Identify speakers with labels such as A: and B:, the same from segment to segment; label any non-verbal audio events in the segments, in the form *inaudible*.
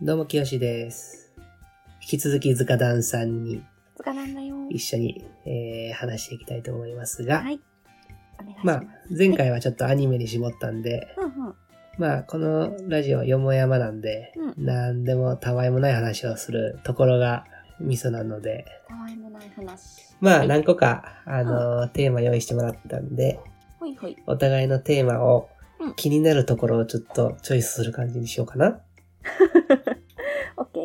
A: どうも、きよしです。引き続き、塚団さんに
B: つかなんだよ。
A: 一緒に、えー話していきたいと思いますが、
B: はい。お願いし
A: ま
B: ま
A: あ
B: す。、
A: 前回はちょっとアニメに絞ったんで、
B: うんうん。
A: まあ、このラジオ、よもやまなんで、
B: う
A: 何でもたわいもない話をするところがミソなので、
B: たわいもない話。
A: ま
B: は
A: あ、
B: い
A: 何個か、あのーテーマ用意してもらったんで、
B: ほいほい。
A: お互いのテーマを
B: うん
A: 気になるところをちょっとチョイスする感じにしようかな。
B: オッケ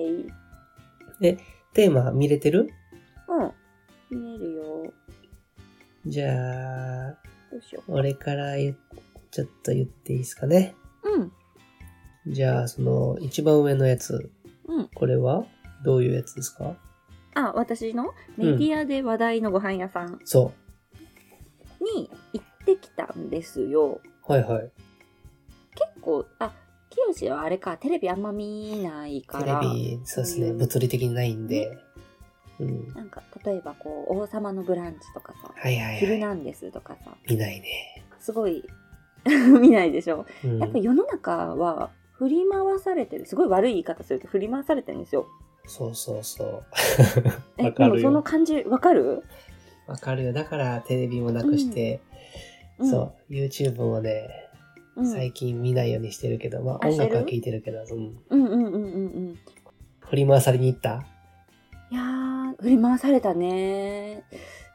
B: ー。
A: テーマ見れてる
B: うん。見えるよ。
A: じゃあ、
B: どうしよ
A: 俺から言っちょっと言っていいですかね。
B: う。うん。
A: じゃあ、その、一番上のやつ、
B: うん。
A: これはどういうやつですか
B: あ、私のメディアで話題のご飯屋さん
A: そ
B: に行ってきたんですよ。
A: う。はいはい。
B: 結構、あ、きよしはあれか、テレビあんま見ないか
A: テレ
B: ら。
A: ビ、そうですね、
B: うん
A: 物理的にないんで。うん。
B: なんか、例えばこう、王様のブランチとかさ、
A: はいはい
B: ヒル
A: はい。
B: ナンデスとかさ、
A: 見ないね。
B: すごい *laughs* 見ないでしょ。
A: うん
B: やっぱ世の中は振り回されてるすごい悪い言い方すると振り回されてるんですよ。
A: そうそうそう。
B: え
A: わか
B: でも
A: る
B: その
A: よ。
B: 感じわかる、
A: わかるよ。だからテレビもなくして、
B: うん、
A: そう、YouTube もね、
B: うん、
A: 最近見ないようにしてるけど、まあ
B: あ
A: 音楽は
B: してる
A: 聴いてるけど、うん。
B: うんうんうんうんうん
A: 振り回されに行った
B: いやー振り回されたね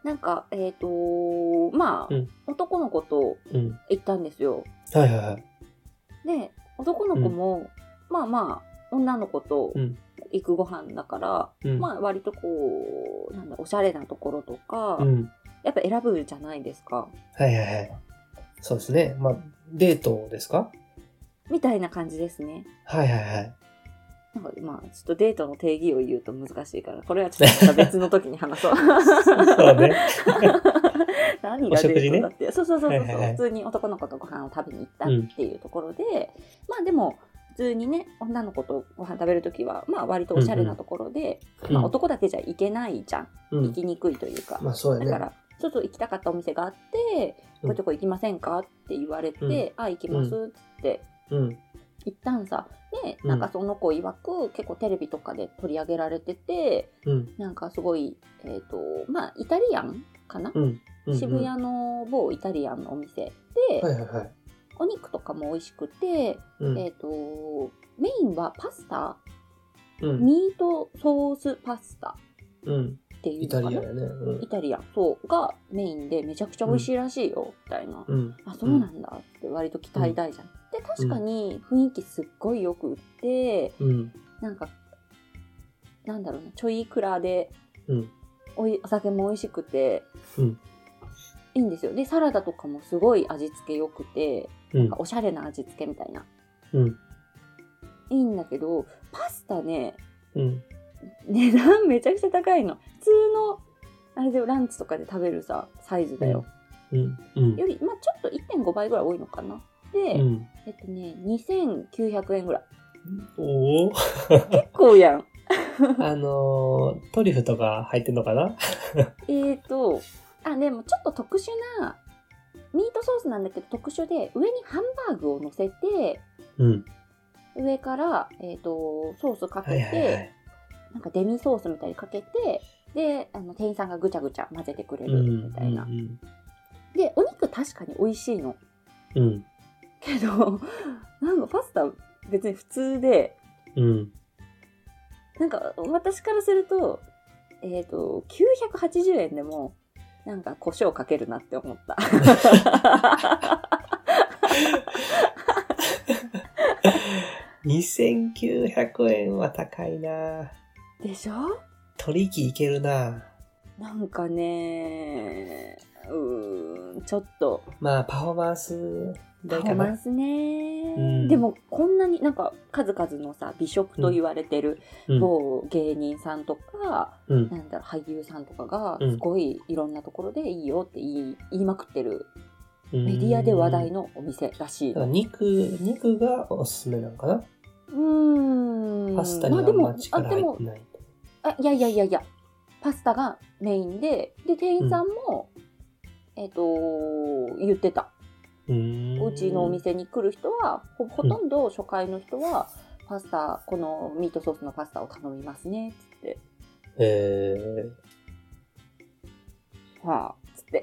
B: なんかえっ、とまあ、
A: うん
B: 男の子と
A: うん。
B: 行ったんですよ
A: はいはいはい。
B: で男の子も、まあまあ女の子と
A: うん
B: 行くご飯だから、
A: うん。
B: まあ割とこうなんだおしゃれなところとか、
A: うん。
B: やっぱ選ぶじゃないですか
A: はいはいはい。そうですね。まあ、デートですか
B: みたいな感じですね
A: はいはいはい。
B: なんかまあ、ちょっとデートの定義を言うと難しいから、これはちょっとまた別の時に話そう。
A: そうね。
B: *laughs* 何がデートだって。そうそうそうそう、
A: はいはいはい
B: 普通に男の子とご飯を食べに行った
A: うん
B: っていうところで、まあでも、普通にね、女の子とご飯食べる時は、まあ割とおしゃれなところで、まあ、男だけじゃ行けないじゃん。
A: うん
B: 行きにくいというか。
A: まあそうだ
B: だ
A: ね。
B: から、ちょっと行きたかったお店があって、
A: うん
B: こういうとこ行きませんかって言われて、
A: うん
B: あ、行きますって
A: うん。
B: 一旦さで
A: うん
B: なんかその子曰く結構テレビとかで取り上げられてて
A: うん。
B: なんかすごいえっ、とまあイタリアンかな、
A: うん。うん
B: 渋。谷の某イタリアンのお店で、
A: はいはいはい。
B: お肉とかも美味しくて、
A: うん。
B: えっ、とメインはパスタ
A: うん。
B: ミートソースパスタ
A: うん。
B: ってい
A: イ
B: うの
A: タリ
B: か
A: ア
B: な
A: やね。うん
B: イタリアンそうがメインでめちゃくちゃ美味しいらしいよ、みたいな。
A: うん。
B: あそうなんだって割と期待大じゃん。で確かに雰囲気すっごいよくって、
A: うん。
B: なんか、なんだろうな、ちょいいくらで、
A: うん
B: おいお酒も美味しくて、
A: うん
B: いいんですよ。で、サラダとかもすごい味付け良くて、
A: うん
B: なんか。おしゃれな味付けみたいな。
A: うん。
B: いいんだけど、パスタね、
A: うん。
B: 値段 *laughs* めちゃくちゃ高いの。普通の、あれでランチとかで食べるさ、サイズだよ。
A: うん。うん。
B: より、まあちょっと1.5倍ぐらい多いのかな。で、
A: うん。
B: えっとね、2900円ぐらい。
A: お
B: *laughs*
A: お
B: 結構やん。
A: あのー、トリュフとか入ってんのかな
B: えーと、あ、でもちょっと特殊な、ミートソースなんだけど特殊で、上にハンバーグを乗せて、
A: うん。
B: 上から、えーと、ソースかけ
A: は
B: て、
A: いはいはい。
B: なんかデミソースみたいにかけて、で、あの、店員さんがぐちゃぐちゃ混ぜてくれ
A: うん
B: るみたいな。
A: うん。
B: で、お肉確かに美味しいの。
A: うん。
B: けど、 *laughs* なんかパスタ別に普通で、
A: うん。
B: なんか私からすると、えっ、と、980円でも、なんか胡椒かけるなって
A: *laughs*
B: 思った。
A: 2900円は高いな
B: でしょ
A: 取引いけるな
B: なんかねうーん、ちょっと、
A: まあパフォーマンス
B: パ
A: 代
B: フォ
A: か
B: ーマ
A: な
B: ンスね、
A: うん
B: でも、こんなになんか、数々のさ、美食と言われてる、
A: うん
B: 某芸人さんとか、
A: うん
B: なんだろう、俳優さんとかが
A: う、ん
B: すごいいろんなところでいいよって言い言いまくってる、メディアで話題のお店らしい。
A: だ
B: う
A: から肉肉がおすすめなのかな
B: ーん。
A: パスタにはあ
B: ま
A: ん
B: あで
A: ま
B: も、あ、
A: 力
B: で
A: 入
B: も
A: って、ない
B: あいやいやいやいやパスタがメインでで店員さんも、えっ、と言ってた
A: うーん
B: うちのお店に来る人はほほとんど初回の人はパスタこのミートソースのパスタを頼みますねっつって
A: え
B: はあつって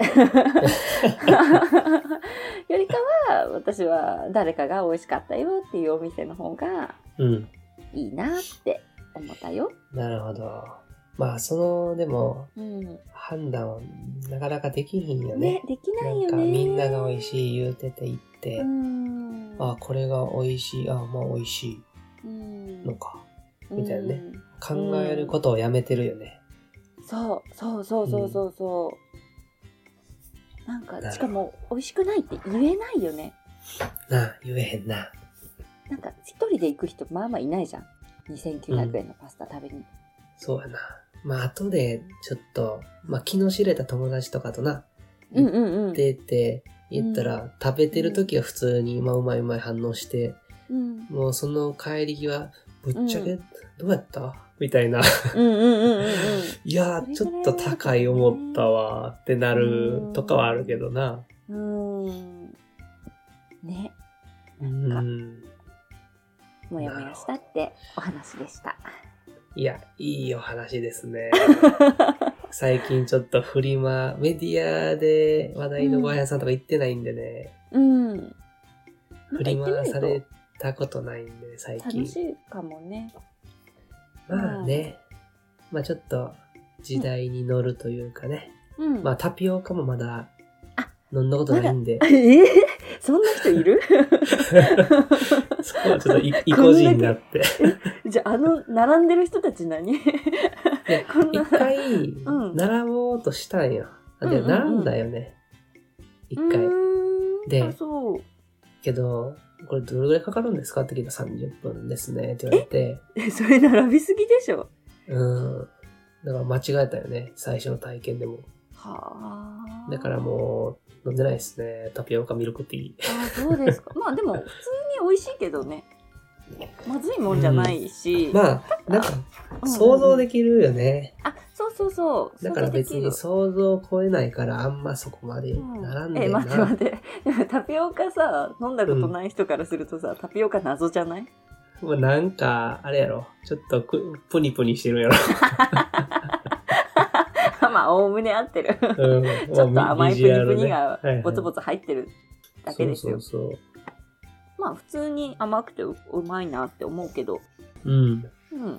A: *laughs*
B: よりかは私は誰かが美味しかったよっていうお店の方が
A: ー、うん。
B: いいなって思ったよ。
A: なるほど。まあ、その、でも、
B: うん、
A: 判断はなかなかできひんよね
B: ね。できな
A: な
B: い
A: ん
B: よ
A: か、
B: ね。
A: みんなが美味
B: い。
A: しい言うてて行って、
B: うん、
A: あ、これが美味しい、あ、まあ美味し
B: うん
A: いのか。みたいなね
B: うん
A: 考えることをやめてるよね。
B: そうそうそうそうそうそう。なん
A: なるほ
B: か
A: ど
B: しかも美味しくないって言えないよね。
A: なあ、言えへんな。
B: なんか一人で行く人まあまあいないじゃん。2900円のパスタ食べに。
A: そうやな。まあ、後で、ちょっと、まあ、気の知れた友達とかとな、
B: うんうんうん。
A: 出て、言ったら、食べてる時は普通に、まあ、うまいうまい反応して、
B: うん
A: もうその帰り際、ぶっちゃけ、どうやったみたいな。 *laughs*
B: うんうんうんうんうん。
A: いやー、ちょっと高い思ったわってなるとかはあるけどな。
B: うーん。ね、
A: うん。
B: もやもやしたってお話
A: *laughs*
B: でした。
A: いや、いいお話です
B: *laughs*
A: ね。最近ちょっとフリマ、メディアで話題のご飯屋さんとか行ってないんでね、
B: うん。
A: 振り
B: なんか
A: 回
B: 行
A: さ
B: ってみ
A: れ
B: る
A: たことないんで、最
B: と楽
A: 近
B: し。いかもね。
A: まあね、まあちょっと時代に乗るというかね、
B: うん。
A: まあタピオカもまだ
B: あ
A: 飲んだことないんで、
B: えー、そんな人いる *laughs*
A: *laughs* そこはちょっとい意固地になって。
B: じゃあ、あの、並んでる人たち何
A: や
B: *laughs* こん
A: 一
B: な。
A: 回、
B: ん
A: 並ぼうとしたんよ。あで、
B: うんうんうん
A: 並んだよね。一回。
B: うーん
A: で
B: あ、そう。
A: けど、これどれぐらいかかるんですかって聞いたら30分ですねって言われて、
B: え、それ並びすぎでしょ。
A: うん。だから間違えたよね、最初の体験でも。
B: はあ。
A: だからもう、飲んでないですね。タピオカミルクティー。
B: あそうで
A: *laughs*
B: すか。まあでも普通に美味しいけどね。まずいもんじゃないし。
A: まあ、なん
B: う
A: か、
B: ん
A: 想像できるよね。
B: あ、そうそうそう。
A: だから別に
B: 想
A: 想像を超えないから、あんまそこまで
B: 像できる
A: 並ん
B: うんえ、
A: でな。
B: 待って待って。 *laughs* でもタピオカさ、飲んだことない人からするとさ、タピオカ謎じゃない *laughs*
A: もうなんか、あれやろ。ちょっとく、ぷにぷにしてる
B: *laughs*
A: やろ。
B: あまあ、おおむね合って *laughs* る。ち
A: うん
B: ょっと甘いプニプニ。
A: まあ
B: が
A: ビジュアルねはいはい
B: ボツボツ入ってるだけですよ。
A: そうそう
B: まあ、普通に甘くてううまいなって思うけど。
A: そう。うん。
B: うん。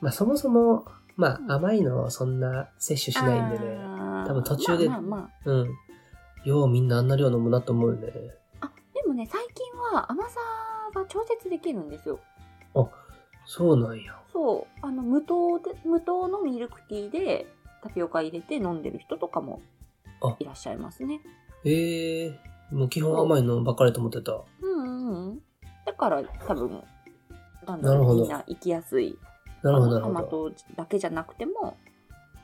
A: まあそもそも、まあ甘いのをそんな摂取しないんでね。
B: あー
A: 多分途中で
B: まあまあまあ。
A: うん。ようみんなあんな量飲むなと思うよね。
B: あ、でもね、最近は甘さが調節できるんですよ。
A: そうなんや。
B: そうあの無糖で無糖のミルクティーでタピオカ入れて飲んでる人とかも
A: あ
B: いらっしゃいますね。
A: ええもう基本甘いのばっかりと思ってた。
B: うんうんうん。だから多分なんだ
A: なる
B: ろ
A: ほ
B: う
A: ど
B: みんな行きやすい。
A: なるほど、なるほ
B: 甘
A: ど。
B: 党だけじゃなくても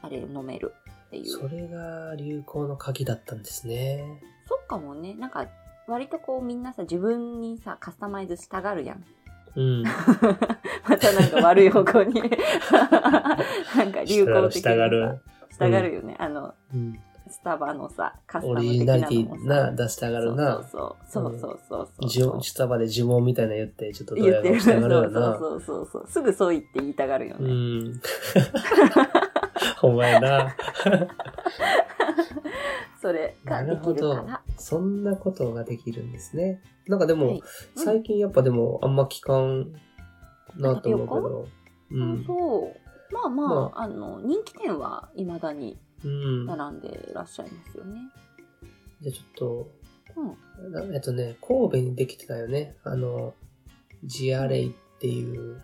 B: あれ飲めるっていう。そ
A: それが流行の鍵だったんですね。
B: っかもねなんか割とこうみんなさ自分にさカスタマイズしたがるやん。 *laughs*
A: うん。
B: またなんか悪い方
A: *laughs*
B: 向になんか流行的
A: したが
B: にさ
A: る。
B: したがるよね。あの
A: うん。
B: スタバのさカスタ
A: オ
B: ム
A: リ
B: 的
A: ジナ
B: な
A: リテ
B: のも
A: ィ
B: さ
A: な出したがるな。
B: そうそうそうそうそう
A: 呪
B: そう
A: 文、スタバで呪文みたいなの言って、ちょっとド
B: 言
A: ヤ
B: って
A: 顔
B: る
A: し
B: そ
A: た
B: う
A: がるよな。
B: そうそうそうすぐそう言って言いたがるよ
A: う
B: ね、
A: ん。 *laughs* ほんまや
B: *laughs*
A: な。
B: それ
A: な
B: が
A: る
B: で
A: ほ
B: きるか
A: ど
B: ら。
A: そんなことができるんですね。なんかでも、
B: はいうん
A: 最近やっぱでもあんま聞かんなと思うけど。うん。
B: そうまあまあ、
A: ま
B: あの人気店はいまだに
A: うん。
B: 並んでらっしゃいますよね
A: じゃあちょ
B: う
A: っと、なえっとね、神戸にできてたよね。あの、ジアレイっていう、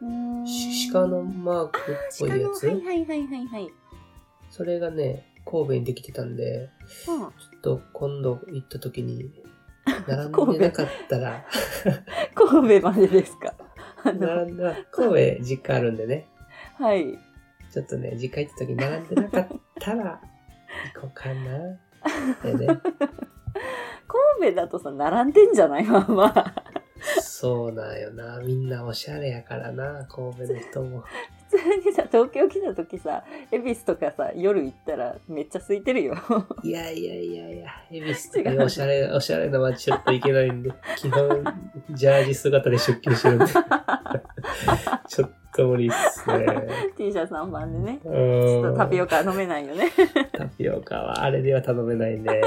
B: うーん
A: し鹿のマークっぽ
B: 鹿
A: いや
B: の
A: つ、
B: はいはいはいはいはい、
A: それがね、神戸にできてたんで、
B: うん
A: ちょっと今度行った時に、並んでなかった
B: *laughs*
A: ら、
B: 神戸までですかあの
A: 並んだ、神戸実家あるんでね、
B: はい
A: ちょっとね、実家行った時に並んでなかったら、行こうか
B: *laughs*
A: な。でね、
B: 神戸だとさ並んでんじゃないまあまあ
A: そうなんよな。みんなおしゃれやからな、神戸の人も。
B: 普通にさ東京来た時さ恵比寿とかさ夜行ったらめっちゃ空いてるよ *laughs*
A: いやいやいやいや、恵比寿
B: 違
A: っ
B: う
A: ておしゃれ、おしゃれな街ちょっと行けないんで、基本、ジャージ姿で出勤して
B: *laughs*
A: るんで、ちょっと無理っすね。
B: T シャツ3番でね
A: う
B: ち
A: ー
B: ょっ
A: ん
B: とタピオカ飲めないよね *laughs*
A: タピオカはあれでは頼めないね。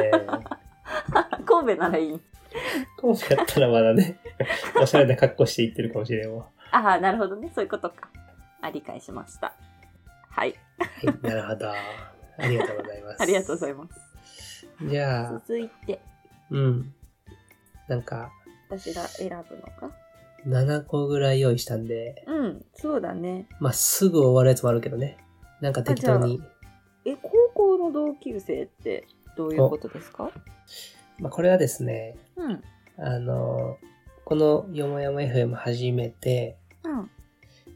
B: 神戸ならいい
A: 神戸やったらまだね、おしゃれな格好して行ってるかもしれんわ。
B: ああなるほどねそういうことかあ理解しましたはい
A: はい、なるほど。ありがとうございます。
B: ありがとうござ
A: い
B: います
A: ます。じゃあ、
B: 続いて
A: うん。なんか、
B: 私が選ぶのか
A: 7個ぐらい用意したんで、
B: うんそうだね
A: まあ、すぐ終わるやつもあるけどね。なんか適当に。
B: え高校の同級生ってどういうことですか
A: まあ、これはですね、
B: うん
A: あの、このよもやま FM 始めて、
B: うん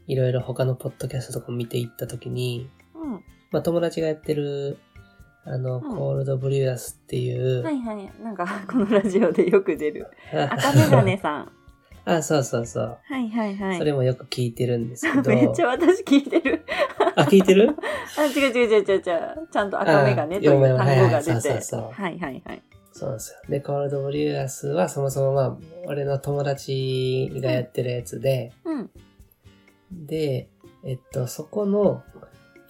A: いろいろ他のポッドキャストとか見ていったときに、
B: うん
A: まあ、友達がやってる、あの、
B: ん
A: コールドブリュアスっていう、
B: はいはいなんか *laughs* このラジオでよく出 *laughs* る
A: あ
B: 赤眼鏡さん
A: *laughs* あ、そうそうそう。
B: はいはいは
A: それもよく聞いてるんですけど。
B: *laughs* めっちゃ私聞いてる。
A: あ、聞いてる
B: あ、違う違う違う違う違う。ちゃんと *laughs* 赤目がね、
A: あ
B: という単語が
A: はいは
B: 出
A: い
B: て。
A: そうそうそう
B: はいはいはい。
A: そうなんですよ。で、コールドブリュアスはそもそもまあ、俺の友達がやってるやつで、
B: うん。
A: で、えっと、そこの、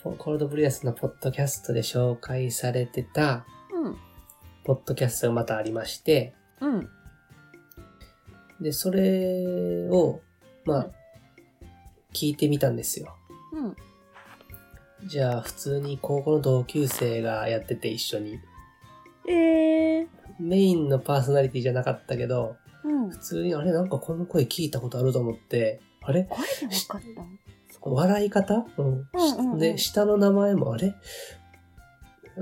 A: コールドブリュアスのポッドキャストで紹介されてた、
B: うん。
A: ポッドキャストがまたありまして、
B: うん。
A: で、それを、まあ、聞いてみたんですよ。
B: うん。
A: じゃあ、普通に高校の同級生がやってて一緒に。
B: えー。
A: メインのパーソナリティじゃなかったけど、
B: うん
A: 普。通に、あれなんかこの声聞いたことあると思って、あれ
B: これで分かったのそこ
A: 笑い方、うんし
B: うんうんうん
A: で、下の名前もあれ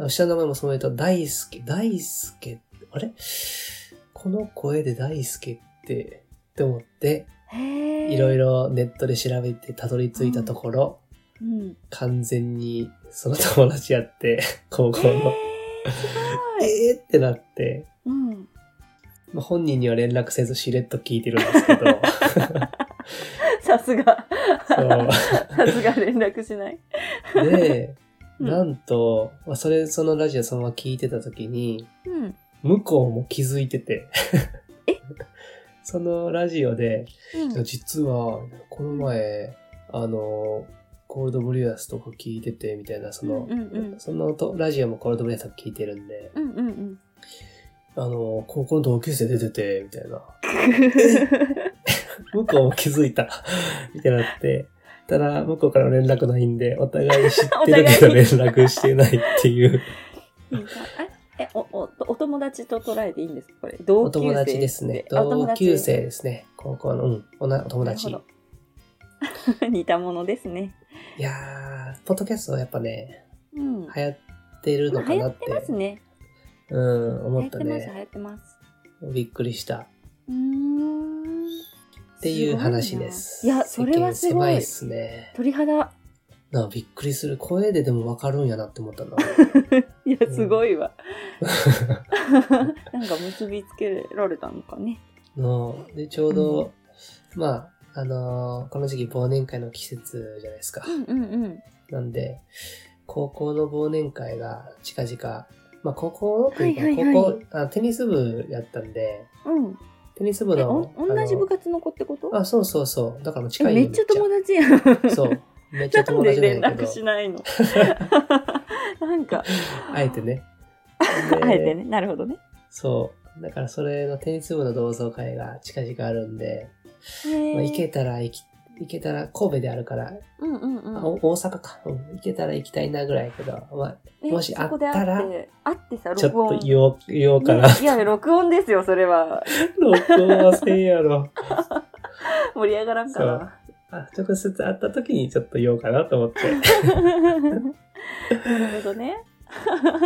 A: あ下の名前もその人、大輔、大輔、あれこの声で大輔って、って思って、
B: へー。
A: いろい
B: ろ。
A: ろネットで調べてたどり着いたところ、
B: うん。
A: 完全にその友達や
B: *laughs*
A: って、高校
B: え
A: の、
B: ー、すごい。
A: えーってなって、
B: うん。 *laughs*
A: まあ本人には連絡せずしれっと聞いてるんですけど、
B: *laughs* さすが。
A: そう
B: さすが連絡しない。
A: で、
B: うん
A: なんと、まあ、それ、そのラジオそのまま聞いてた時に、
B: うん。
A: 向こうも気づいてて
B: え。
A: *laughs* そのラジオで、
B: うん。
A: 実は、この前、あの、コールドブリュアスとか聞いてて、みたいな、その、
B: うんうんうん
A: そのとラジオもコールドブリュアスとか聞いてるんで、
B: うんうん
A: *laughs*
B: うん。
A: あの、高校の同級生出てて、みたいな。向こうも気づいた、 *laughs* みたいになって。ただ、向こうから連絡ないんで、お互い知ってるけど
B: *laughs* お互い
A: 連絡してないっていう。
B: いいかええおおお友達と捉えていいんですかこれ同
A: お
B: 級生
A: 友達ですね。
B: あお友
A: 同
B: 達
A: 級生ですね。高校の、うん、おなお友達。
B: ないるほど *laughs* 似たものですね。
A: やー、ポッドキャストはやっぱね、
B: うん。
A: 流行ってるの
B: まあ
A: か
B: 流
A: な
B: 行
A: っ、
B: っててますね。
A: うん、
B: 流
A: 思
B: 行
A: っ
B: ったてます、流
A: ね。
B: 行ってます。
A: びっくりした。
B: うーん。
A: っていう話です。
B: すごいな。いや、それはす
A: 世間
B: ご
A: 狭い
B: い
A: っ。すね。
B: 鳥肌。
A: なあびっくりする。声ででもわかるんやなって思ったな。
B: *laughs* いや、すごい
A: *laughs*
B: わ。なんか結びつけられたのかね。
A: ので、ちょうど、まあ、あのーこの時期忘年会の季節じゃないですか。
B: うんうんうん。
A: なんで、高校の忘年会が近々、まあ高校というか、
B: はいはいはい
A: 高校あ、テニス部やったんで、
B: うん。
A: テニス部
B: え、
A: の
B: お、同じ部
A: あ
B: 活の子ってこと
A: のあ、そうそうそう。だから
B: え、
A: 近いよ
B: めっちゃ友達やん。
A: そう。めっちゃ
B: なん
A: 友
B: で
A: 達な
B: 連
A: んやけ
B: 絡
A: ど
B: し、ない
A: *laughs*
B: のなんか、
A: あえて
B: *laughs*
A: ね。で
B: あえてね。なるほどね。
A: そう。だからそれのテニス部の同窓会が近々あるんで、まあ、行
B: へ
A: け
B: え。
A: たら行き、行けたら神戸であるから、
B: うんうんうん。
A: あお大阪か、うん行けたら行きたいなぐらいやけど、ま
B: え
A: もし
B: そこ
A: あったら
B: で会って会ってさ
A: あ、ちょっ
B: 録
A: と
B: 音
A: 言おう、言おうか
B: *laughs*
A: な。
B: いや録音ですよそれは
A: 録音はせんやろ。 *laughs*
B: 盛り上がらんから
A: あ直接会った時にちょっと言おうかなと思
B: *laughs*
A: って。
B: なるほどね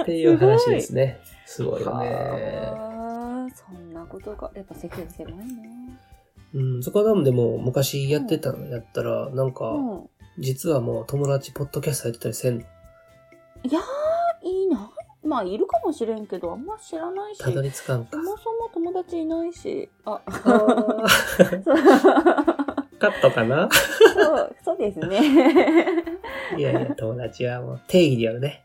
A: っていう話ですね。すごいよね。
B: はあそんなことがやっぱ世間狭いね
A: うん、そこはでもでも昔やってたのやったら、なんか、
B: うん
A: 実はもう友達ポッドキャストやってたりせんの。
B: いやーいないまあいるかもしれんけどあんま知らないした
A: どり着かんか
B: そ。もそも友達いないしあ
A: あー
B: そう
A: *laughs* カットかな
B: そう、そうです
A: *laughs*
B: ね。
A: いやいや、友達はもう定義でやるね。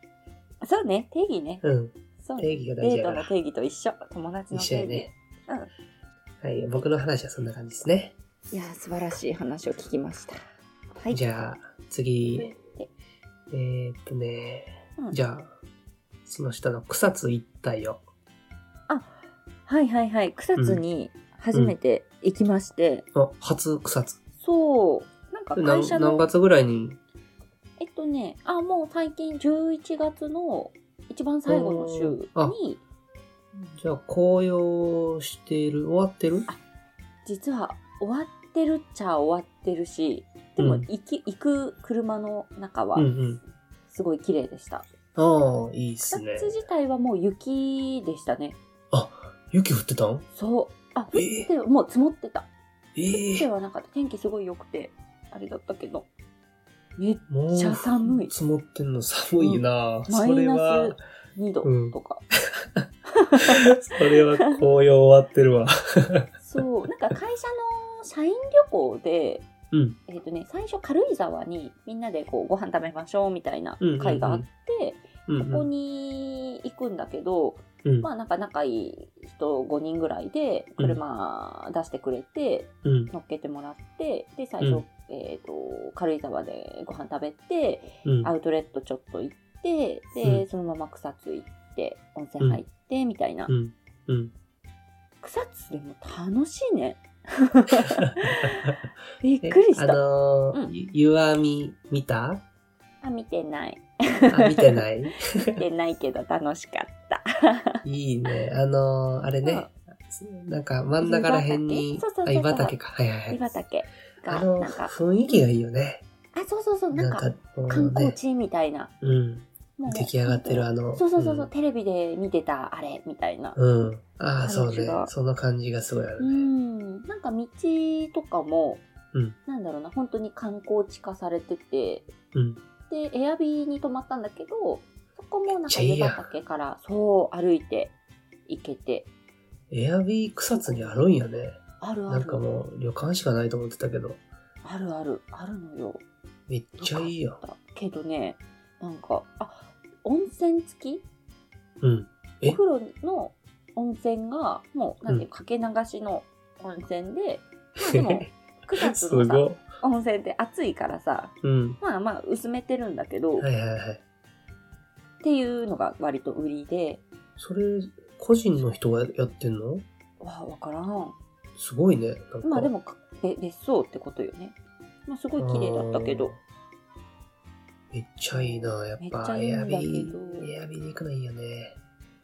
B: そうね、定義ね。
A: うん。
B: そうね。
A: 定義が大事や
B: デー
A: か
B: トの
A: ら。
B: 定義と一緒。友達の
A: 一緒
B: 定
A: や
B: 義。
A: ね。はい、僕の話はそんな感じですね。
B: いやー、素晴らしい話を聞きました。はい。
A: じゃあ、次。
B: え
A: えー、っとね、
B: うん
A: じゃあ、その下の草津一帯を。
B: はいはいはい。草津に初めて行きまして、
A: あ、初草津。
B: そう、なんか
A: 何
B: 会社
A: 何
B: の、
A: 月ぐらいに
B: えっとね、あ、もう最近11月の一番最後の週
A: あ
B: に、
A: じゃあ、紅葉している終わってる
B: 実は終わってるっちゃ終わってるし、でも
A: うん
B: 行き、行く車の中は
A: うんうん。
B: すごい綺麗でした。
A: ああ、いいっす
B: 草
A: ね
B: 津。自体はもう雪でしたね。
A: 雪降ってたん
B: そう。あ、降っ
A: え
B: て、もう積もってた。
A: え
B: ではなかった。天気すごい良くて、あれだったけど。めっ
A: もう
B: ちゃ寒い
A: 積もってんの寒いな、
B: うん
A: それ
B: マイ
A: は
B: *laughs* ナ、2度
A: うん
B: とか。
A: それは紅葉終わってるわ。
B: そう。なんか会社の社員旅行で、
A: うん。
B: えっ、とね、最初軽井沢にみんなでこうご飯食べましょうみたいな会があって、
A: うんうん
B: そこに行くんだけど、
A: うん
B: まあなんか仲いい人5人ぐらいで車出してくれて、
A: うん
B: 乗っけてもらって、で、最初、
A: うん
B: えっ、と、軽井沢でご飯食べて、
A: うん
B: アウトレットちょっと行って、で、
A: うん
B: そのまま草津行って、温泉入って、みたいな。
A: うんうん
B: 草津でも楽しい
A: *laughs*
B: ね。びっくりし
A: えあ
B: た。あ
A: のー
B: うん
A: ゆ湯あみ見た
B: 見てない。
A: あ見てない
B: *laughs* 見てないけど楽しかった。
A: いいね。あのーあれね、なんか真ん中らへんに
B: 湯畑そうそうそう、そう
A: あ、湯畑か。はいはい
B: 湯
A: はい。
B: 畑が、
A: あ
B: なん
A: の、
B: か、
A: 雰囲気がいいよね。
B: あ、そうそうそう、な
A: なんんか
B: か、、
A: も
B: 観
A: う
B: 光
A: ね、
B: 地みたいな。
A: うん。
B: もう
A: 出来上がってるあの。
B: そうそうそうそう、
A: ん
B: テレビで見てたあれみたいな。
A: うん。ああ、そう
B: 感じ
A: ね
B: が。
A: その感じがすごいあ
B: う
A: るね。
B: ん、なんか道とかも、
A: うん
B: なんだろうな、本当に観光地化されてて、
A: うん。
B: で、エアビーに泊まったんだけど、そこもなん
A: ち
B: か
A: ゃいい
B: 湯
A: やん
B: 畑から、そう、歩いて行けて、
A: エアビー草津にあるんやね。
B: あるあ
A: なん
B: る
A: か、もう旅館しかないと思ってたけど、
B: あるある、あるのよ。
A: めっちゃいいやん。
B: だけどね、なんか、あ、温泉付き
A: うん。え
B: お風呂の温泉が、もう、なんていう
A: う
B: かけ流しの温泉で、ま
A: *laughs*
B: あでも、9
A: す
B: 月
A: ご
B: の
A: い。
B: さ、温泉って暑いからさ、
A: うん。
B: まあまあ薄めてるんだけど、
A: はいはいはい。
B: っていうのが割と売りで、
A: それ、個人の人がやってんの
B: わあ、わからん。
A: すごいね。なんか
B: まあで、も、かべ別荘ってことよね。まあすごい綺麗だったけど。
A: あー。めっちゃいいな、やっぱ。
B: めっちゃいい
A: エア
B: んだけ
A: ビ
B: ど
A: ー、エアビーに行くのいいよね。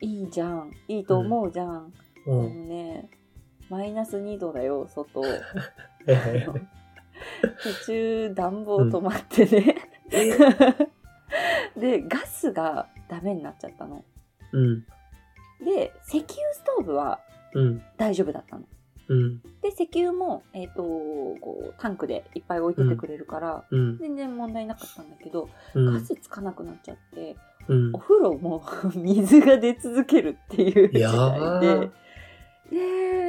B: いいじゃん。いいと思うじゃん。
A: う
B: あの
A: ん。
B: ね、マイナス2度だよ、
A: *laughs*
B: 外。
A: はいはいはい。
B: 途中、暖房止まってね。
A: え
B: *laughs* で、ガスがダメになっちゃったの。
A: *laughs* うん。
B: で、石油ストーブは
A: うん。
B: 大丈夫だったの。
A: うん。
B: で、石油も、えっ、と、こう、タンクでいっぱい置いててくれるから、
A: うん。
B: 全然問題なかったんだけど、
A: う
B: ガ
A: ん。
B: スつかなくなっちゃって、
A: うん
B: お。風呂も *laughs* 水が出続けるっていう事
A: やば
B: 態
A: ー
B: で、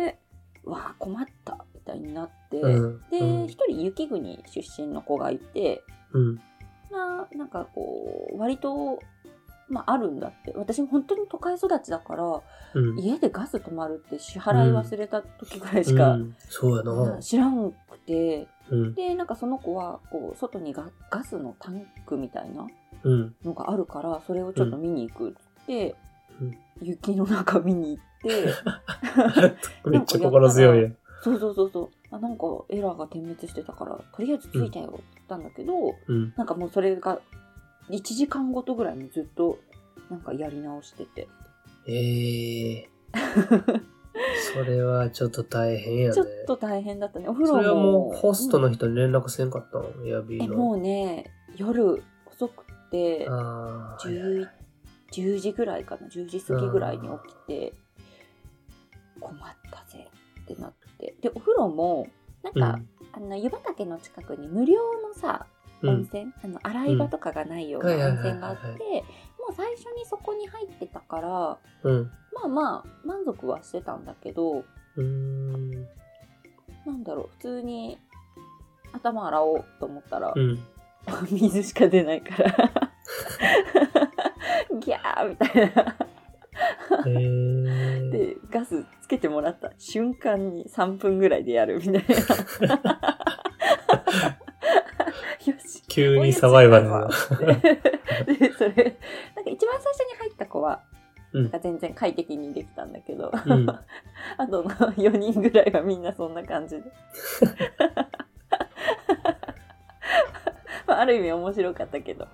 B: で、わあ困ったみたいになって、
A: うん
B: で、一、
A: うん
B: 人雪国出身の子がいて、
A: うん。
B: まあ、なんかこう、割と、まああるんだって。私も本当に都会育ちだから、
A: うん。
B: 家でガス止まるって支払い忘れた時ぐらいしか、
A: うんそうやな。
B: 知らんくて、
A: うん。
B: で、なんかその子は、こう、外にガガスのタンクみたいな
A: うん。
B: のがあるからそれをちょっと見に行くっつって、
A: うん
B: 雪の中見に行
A: *laughs*
B: って
A: めっちゃ心強いやん。
B: そうそうそうそうあなんかエラーが点滅してたからとりあえず着いたよって言ったんだけど、
A: うん。
B: なんかもうそれが1時間ごとぐらいにずっとなんかやり直してて、
A: ええそれはちょっと大変やね。
B: ちょっと大変だったねお風
A: それは
B: 呂も
A: もうホストの人に連絡せんかったの、エアビ
B: うんえ
A: ー
B: も
A: の。
B: うね夜遅くて
A: ああ。
B: 10 10時ぐらいかな10時過ぎぐらいに起きて困ったぜってなってでお風呂もなんか、あの湯畑の近くに無料のさ
A: うん。う
B: 温
A: ん。
B: 泉、あの洗い場とかがないよう
A: う
B: な
A: んはいはい
B: 温
A: はいはい
B: 泉があってもう最初にそこに入ってたからま
A: うん。
B: あまあ満足はしてたんだけど
A: うーん。
B: なんだろう普通に頭洗おうと思ったら、
A: *laughs* うん。
B: *laughs* 水しか出ないから *laughs* ギャーみたいな
A: へえ。
B: でガスつけてもらった瞬間に3分ぐらいでやる
A: *laughs*
B: みたいなよし
A: 急にサバイバルな。
B: でそれなんか一番最初に入った子は、
A: うん
B: なんか全然快適にできたんだけど、
A: *laughs* うん
B: *laughs* あとの4人ぐらいはみんなそんな感
A: *laughs*
B: じでまあある意味面白かったけど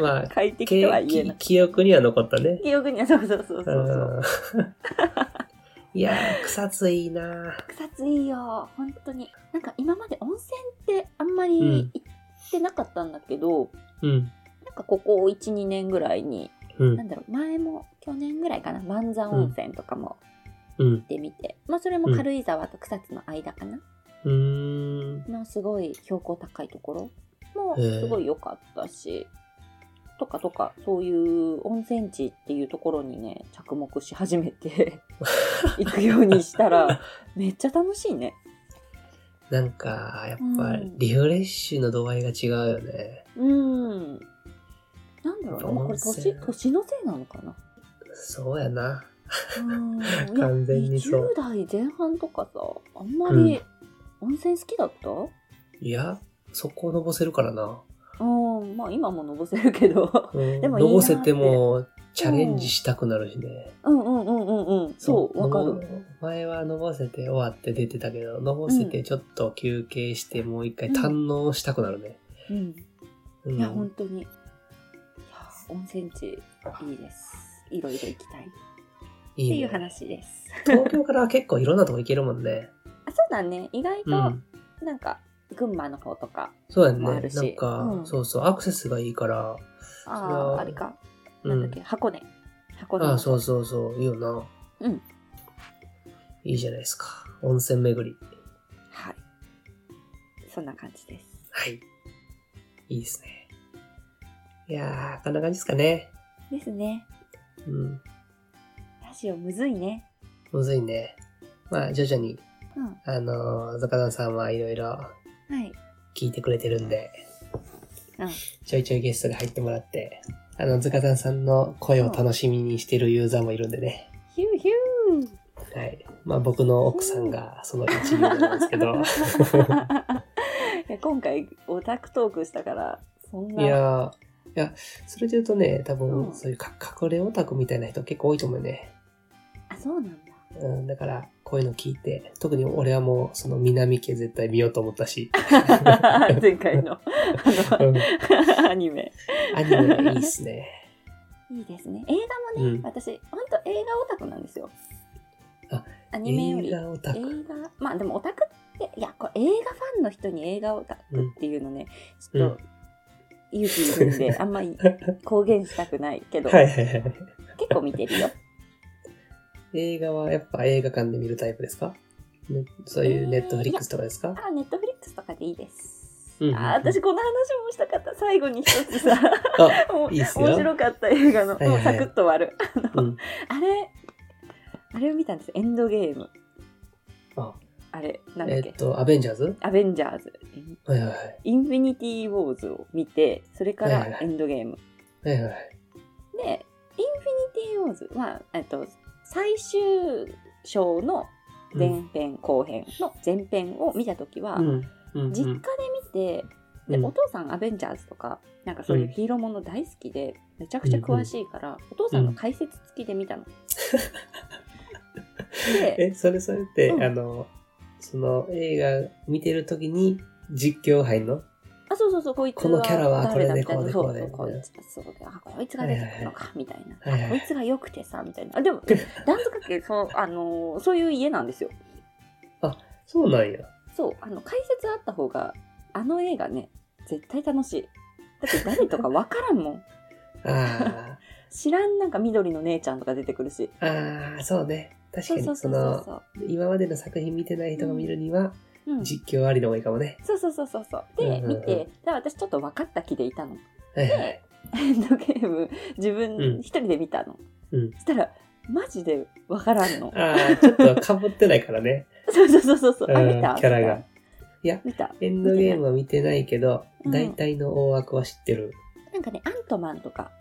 A: まあ、
B: 快適
A: け
B: とは言えな
A: き
B: い
A: 記憶には残ったね。
B: 記憶にはそうそうそうそうそう
A: *laughs* うんいやー、草津いいな
B: 草津いいよ本当になんか今まで温泉ってあんま
A: うん
B: り行ってなかったんだけど、
A: うん。
B: なんかここ12年ぐらいに
A: うん
B: な。んだろう前も去年ぐらいかな万座温泉とかも
A: うん
B: 行っ。てみて、まあそれも軽井沢と草津の間かな、
A: うーん。
B: のすごい標高高いところも
A: へえ
B: すごい良かったし、とかとかそういう温泉地っていうところにね着目し始
A: *laughs*
B: めて行くようにしたらめっちゃ楽しいね。
A: なんか、やっぱ
B: う、ん
A: リフレッシュの度合いが違うよね。
B: うん。なんだろうね、もう
A: 温
B: これ
A: 泉
B: 年年のせいなのかな。
A: そうやな。
B: うんいや
A: 完全にそう
B: 20代前半とかさあんまり温泉好きだった、
A: いや、そこを登せるからな。
B: うん、まあ今ものぼせるけど *laughs*
A: うん、
B: でもいいなーって
A: 登せても、チャレンジしたくなるしね。
B: うんうんうんうんうんそうわかる
A: る。前は登せて終わって出てたけど、登せてちょっと休憩して、もう一回
B: うん
A: 堪能したくなるね。
B: うん
A: うん
B: いや本当にいや温泉地いいですいろいろ行きたいっ
A: い
B: て
A: い
B: いう
A: ね
B: 話です、
A: 東京からは結構いろんなとこ行けるもんね。
B: あそうだね意外と
A: うん。
B: なんか群馬の方とか、
A: そうやね。
B: も
A: な
B: あ
A: ん
B: るし
A: か、
B: うん
A: そうそう、アクセスがいいから。それ
B: あ
A: は
B: ああれか、
A: う
B: なんだっ
A: ん
B: け。箱根箱根
A: ああ、そうそうそう、いいよな。
B: うん。
A: いいじゃないですか。温泉巡り。
B: はいそんな感じです
A: はい。いいですね。いやー、こんな感じですかね。
B: ですね
A: うん。
B: ラジオむずいね
A: むずいね。まあ、徐々に、
B: うん
A: あのー、ザカダンさんはいろいろ
B: はい
A: 聞いてくれてるんで、
B: うん
A: ちょいちょいゲストで入ってもらって、あの、ズカダンさんの声を楽しみにしてるユーザーもいるんでね。
B: ヒューヒュー
A: はい。まあ僕の奥さんがその一流なんですけど。 *laughs*
B: いや今回オタクトークしたからそん
A: い
B: な
A: やーいや、それで言うとね、多
B: う
A: 分
B: ん
A: そういうか隠れオタクみたいな人結構多いと思うよね。
B: あそうなんだ
A: うん、だからこういうの聞いて、特に俺はもうその南家絶対見ようと思った
B: *laughs*
A: し、 *laughs*
B: 前回のあ *laughs*
A: う
B: の
A: ん、
B: アニメ
A: アニメいいっすね。
B: いいですね映画もね、
A: うん
B: 私ほんと映画オタクなんですよ
A: あ
B: アニメよ
A: 映
B: り映画
A: 画オタク。
B: まあでもオタクっていやこれ映画ファンの人に映画オタクっていうのね、ちょっと勇気いるんであんまり公言したくないけど、
A: はいはいはい。
B: 結構見てるよ
A: 映画はやっぱ映画館で見るタイプですか、ね、そういうネットフリックスとかですか、
B: あ、ネットフリックスとかでいいです。
A: うんうんうん
B: あ、私この話もしたかった。最後に一つ
A: *laughs*
B: さ、
A: あ、
B: もう
A: いいっすよ
B: 面白かった映画の、
A: はいはいはい
B: もうサクッと終わる。
A: うん。
B: あれ、あれを見たんですよ。エンドゲーム。
A: あ、
B: あれ、なんだっ
A: え
B: け、
A: っと、アベンジャーズ
B: アベンジャーズ。
A: はいはいはい。
B: インフィニティ・ウォーズを見て、それか
A: はい
B: ら
A: はい
B: エンドゲーム。
A: はいはいはい。
B: で、インフィニティ・ウォーズは、えっと、最終章の前編後編の前編を見たときは、
A: うん。うんうん
B: 実家で見て、で、
A: うん
B: お父さんアベンジャーズとかなんかそういうヒーローもの大好きで、めちゃくちゃ詳しいから、お父さんの解説付きで見たの。で
A: *laughs* え、それそれって、
B: うん
A: あの、その映画見てるときに実況入んの
B: あそうそうそうこいつ
A: このキャラはこれ
B: 誰だ
A: で
B: みたいな
A: こ
B: そうう
A: で
B: そう
A: こ
B: こ
A: う
B: い
A: で
B: つそうであこいつが出てくるのかみたいな、
A: はいはいは
B: こ
A: い
B: いつが良くてさみたいなあ
A: *laughs*
B: でもダンズ家系そうあのーそういう家なんですよ。
A: そうなんや。
B: そうあの解説あった方があの映画ね絶対楽しい。だって誰とかわからんも
A: *laughs*
B: ん。
A: あ
B: 知らんなんか緑の姉ちゃんとか出てくるし。 *laughs*
A: あ、ああ、そうね。確か
B: そうそ
A: に、そ
B: うそうそう
A: の、
B: そう。
A: 今までの作品見てない人が見るには、
B: うん
A: 実況ありの方がいいかもね。
B: そうそうそうそうそう
A: うんう
B: で、
A: んうん
B: 見てじゃあ私ちょっと分かった気でいたの
A: はいはい。
B: エンドゲーム自
A: うん
B: 分一人で見たの、
A: うん
B: そしたらマジで分からんの
A: *laughs*
B: *laughs*
A: ああ、ちょっと被ってないからね。
B: そうそうそうそうあ
A: うん
B: 見た
A: キャラが
B: み
A: いや、
B: 見た
A: エンドゲーム
B: 見
A: は見てないけど、
B: うん
A: 大体の大枠は知ってる。
B: てないなんかねアントマンとか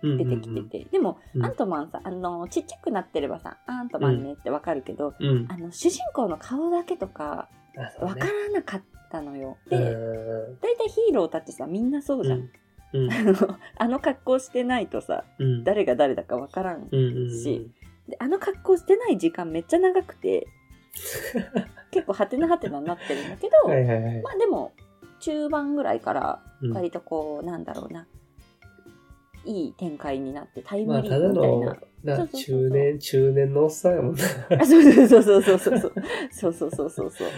A: うん
B: 出てきてて、でも、
A: うん
B: アントマンさあのちっちゃくなってればさアントマンねってわかるけど、
A: うんうん。
B: あの主人公の顔だけとか
A: うん。あ、そう
B: わ
A: ね
B: か。らなかったのよ、
A: う
B: で
A: ん
B: 大体ヒーローたちさみんなそうじゃん、
A: うん。
B: あのあの格好してないとさ
A: うん。
B: 誰が誰だかわからん、
A: うんうん。
B: しであの格好してない時間めっちゃ長く
A: *laughs*
B: て結構ハテナハテナになってるんだけど、
A: はいはいはい。
B: まあでも中盤ぐらいから
A: うん
B: 割とこう、なんだろうないい展開になってタイ
A: ま
B: ム
A: あ、
B: リ
A: た
B: ー
A: だ
B: みたい
A: の
B: な。、そ
A: な
B: うそうそうそう
A: 中年、中年のおっ *laughs* さんやもんな。
B: あそうそうそうそうそうそうそうそうそうそうそう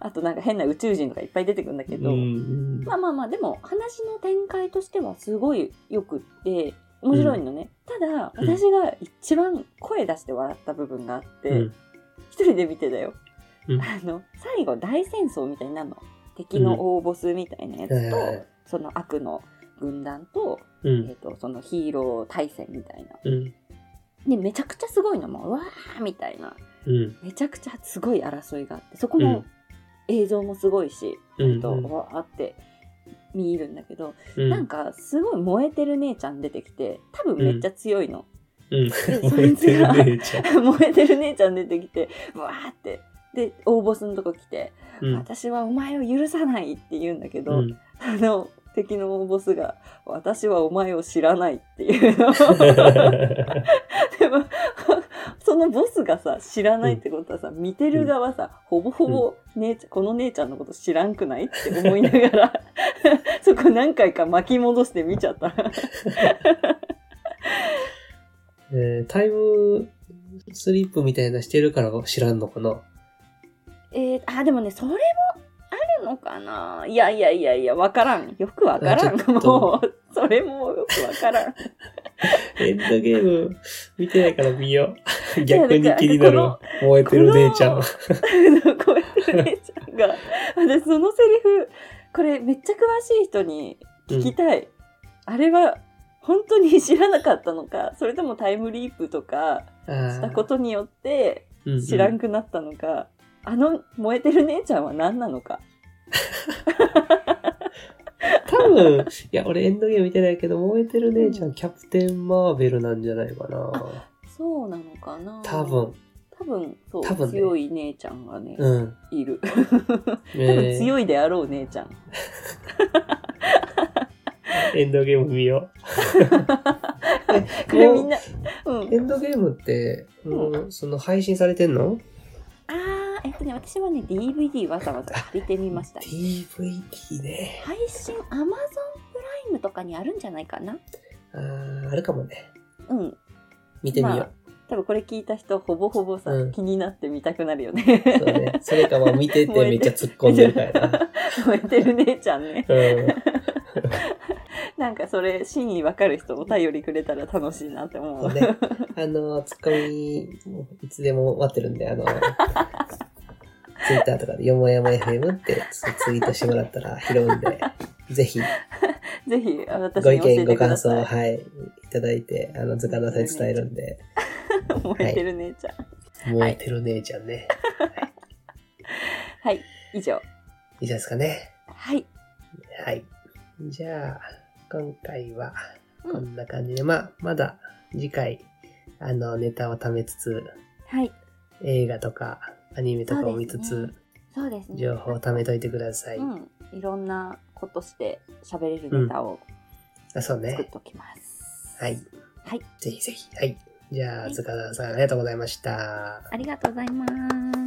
B: あとなんか変な宇宙人とかいっぱい出てくるんだけど、
A: うん
B: まあまあまあでも話の展開としてはすごいよくって面白いのね、ただ
A: うん
B: 私が一番声出して笑った部分があって、
A: うん
B: 一人で見てたよ、
A: うん
B: *laughs* あの最後大戦争みたいになるの敵の大ボスみたいなや
A: うん。は
B: つ
A: い
B: と、
A: はいはい
B: その悪の軍団と,、
A: う
B: え
A: ん。
B: ー、とそのヒーロー対戦みたいな
A: うん。
B: でめちゃくちゃすごいのもうわーみたいな
A: うん。
B: めちゃくちゃすごい争いがあってそこも映像もすごいし、
A: うん
B: 割と
A: うん
B: わーって見えるんだけど、
A: うん。
B: なんかすごい燃えてる姉ちゃん出てきて多分めっちゃ強いの、
A: うん。
B: そいつが
A: 燃えてるねちゃん
B: *laughs* 燃えてる姉ちゃん出てきてわーってで大ボスのとこ来て、
A: うん
B: 私はお前を許さない」って言うんだけど、
A: うん
B: あの敵の大ボスが「私はお前を知らない」っていうの
A: *laughs*
B: でもそのボスがさ知らないってことはさ見てる側さほぼほぼ姉ちゃんこの姉ちゃんのこと知らんくないって思いな
A: *laughs*
B: がらそこ何回か巻き戻して見ちゃった。
A: *laughs* えータイムスリップみたいなしてるから知らんのかな。
B: えー、あでもねそれもあるのかないやいやいやいやわからんよくわからん
A: あちょっと
B: もうそれもよくわからん *laughs*
A: エンドゲーム見てないから見よ *laughs* う。逆に気になるわ。燃えて
B: こ
A: る
B: の
A: 姉ちゃん。
B: こうやって姉ちゃんが私そのセリフこれめっちゃ詳しい人に聞きたい、あれは本当に知らなかったのかそれともタイムリープとかし
A: した
B: ことによって
A: と
B: 知らんくなったのか、あの燃えてる姉ちゃんは何なのか
A: 多分、いや、俺エンドゲーム見てないけど、燃えてる姉ちゃん、キャプテン・マーベルなんじゃないかな。
B: そうなのかな
A: 多分。
B: 多分そう
A: 多分ね
B: 強い姉ちゃんがね、
A: うん。
B: いる多
A: え
B: 分
A: ー
B: *laughs* 強いであろう姉ちゃん、
A: エンドゲーム見よ
B: *laughs* これみんな、うん
A: う。エ、ンドゲームって、もうその配信されてんの
B: あーえっとね私はね DVD わざわざ借りてみました
A: ?DVD ね。
B: 配信 Amazon プライムとかにあるんじゃないかな
A: あー、あるかもね。
B: うん
A: 見てみよ
B: まあ
A: う。
B: 多分これ聞いた人ほぼほぼさ、
A: うん
B: 気になって見たくなるよね
A: そうね。それかまあ見てて
B: *laughs* 燃
A: め
B: え
A: ってちゃ突っ込んでる
B: *laughs*
A: からな。
B: 燃えてる姉ちゃんね
A: うん。
B: なんかそれ真意わかる人お便りくれたら楽しいなって思
A: そう
B: う、
A: ね。あの、ツッコミ、いつでも待ってるん
B: *laughs*
A: で、あの、ツイッターとかで、よもやま FM ってツツイートしてもらったら拾うんで、ぜひ、
B: ぜひ私
A: ご
B: に
A: 意
B: 教
A: 見、
B: えて
A: ご
B: くだ
A: 感想
B: さ
A: を、
B: い
A: はい、いただいて、あの、図鑑のさに伝えるんで、
B: *laughs* 燃えてる姉ちゃん
A: 燃えてる姉ちゃんね。
B: はい、以上
A: いいですかね。
B: はい
A: はい。じゃあ、今回は、
B: うん
A: こんな感じで、まあ、まだ、次回、あの、ネタを貯めつつ、
B: はい
A: 映画とか、アニメとかを見つ
B: そう
A: つ、
B: ですそうですね。
A: 情報を貯めといてください。
B: うん、いろんなことして喋れるネタを
A: あ、そう
B: 作っ
A: ね。
B: ときます。
A: はい。
B: はい。
A: ぜひぜひ。はい。じゃ
B: は
A: あ、
B: い
A: 塚田さん、ありがとうございました。
B: ありがとうございます。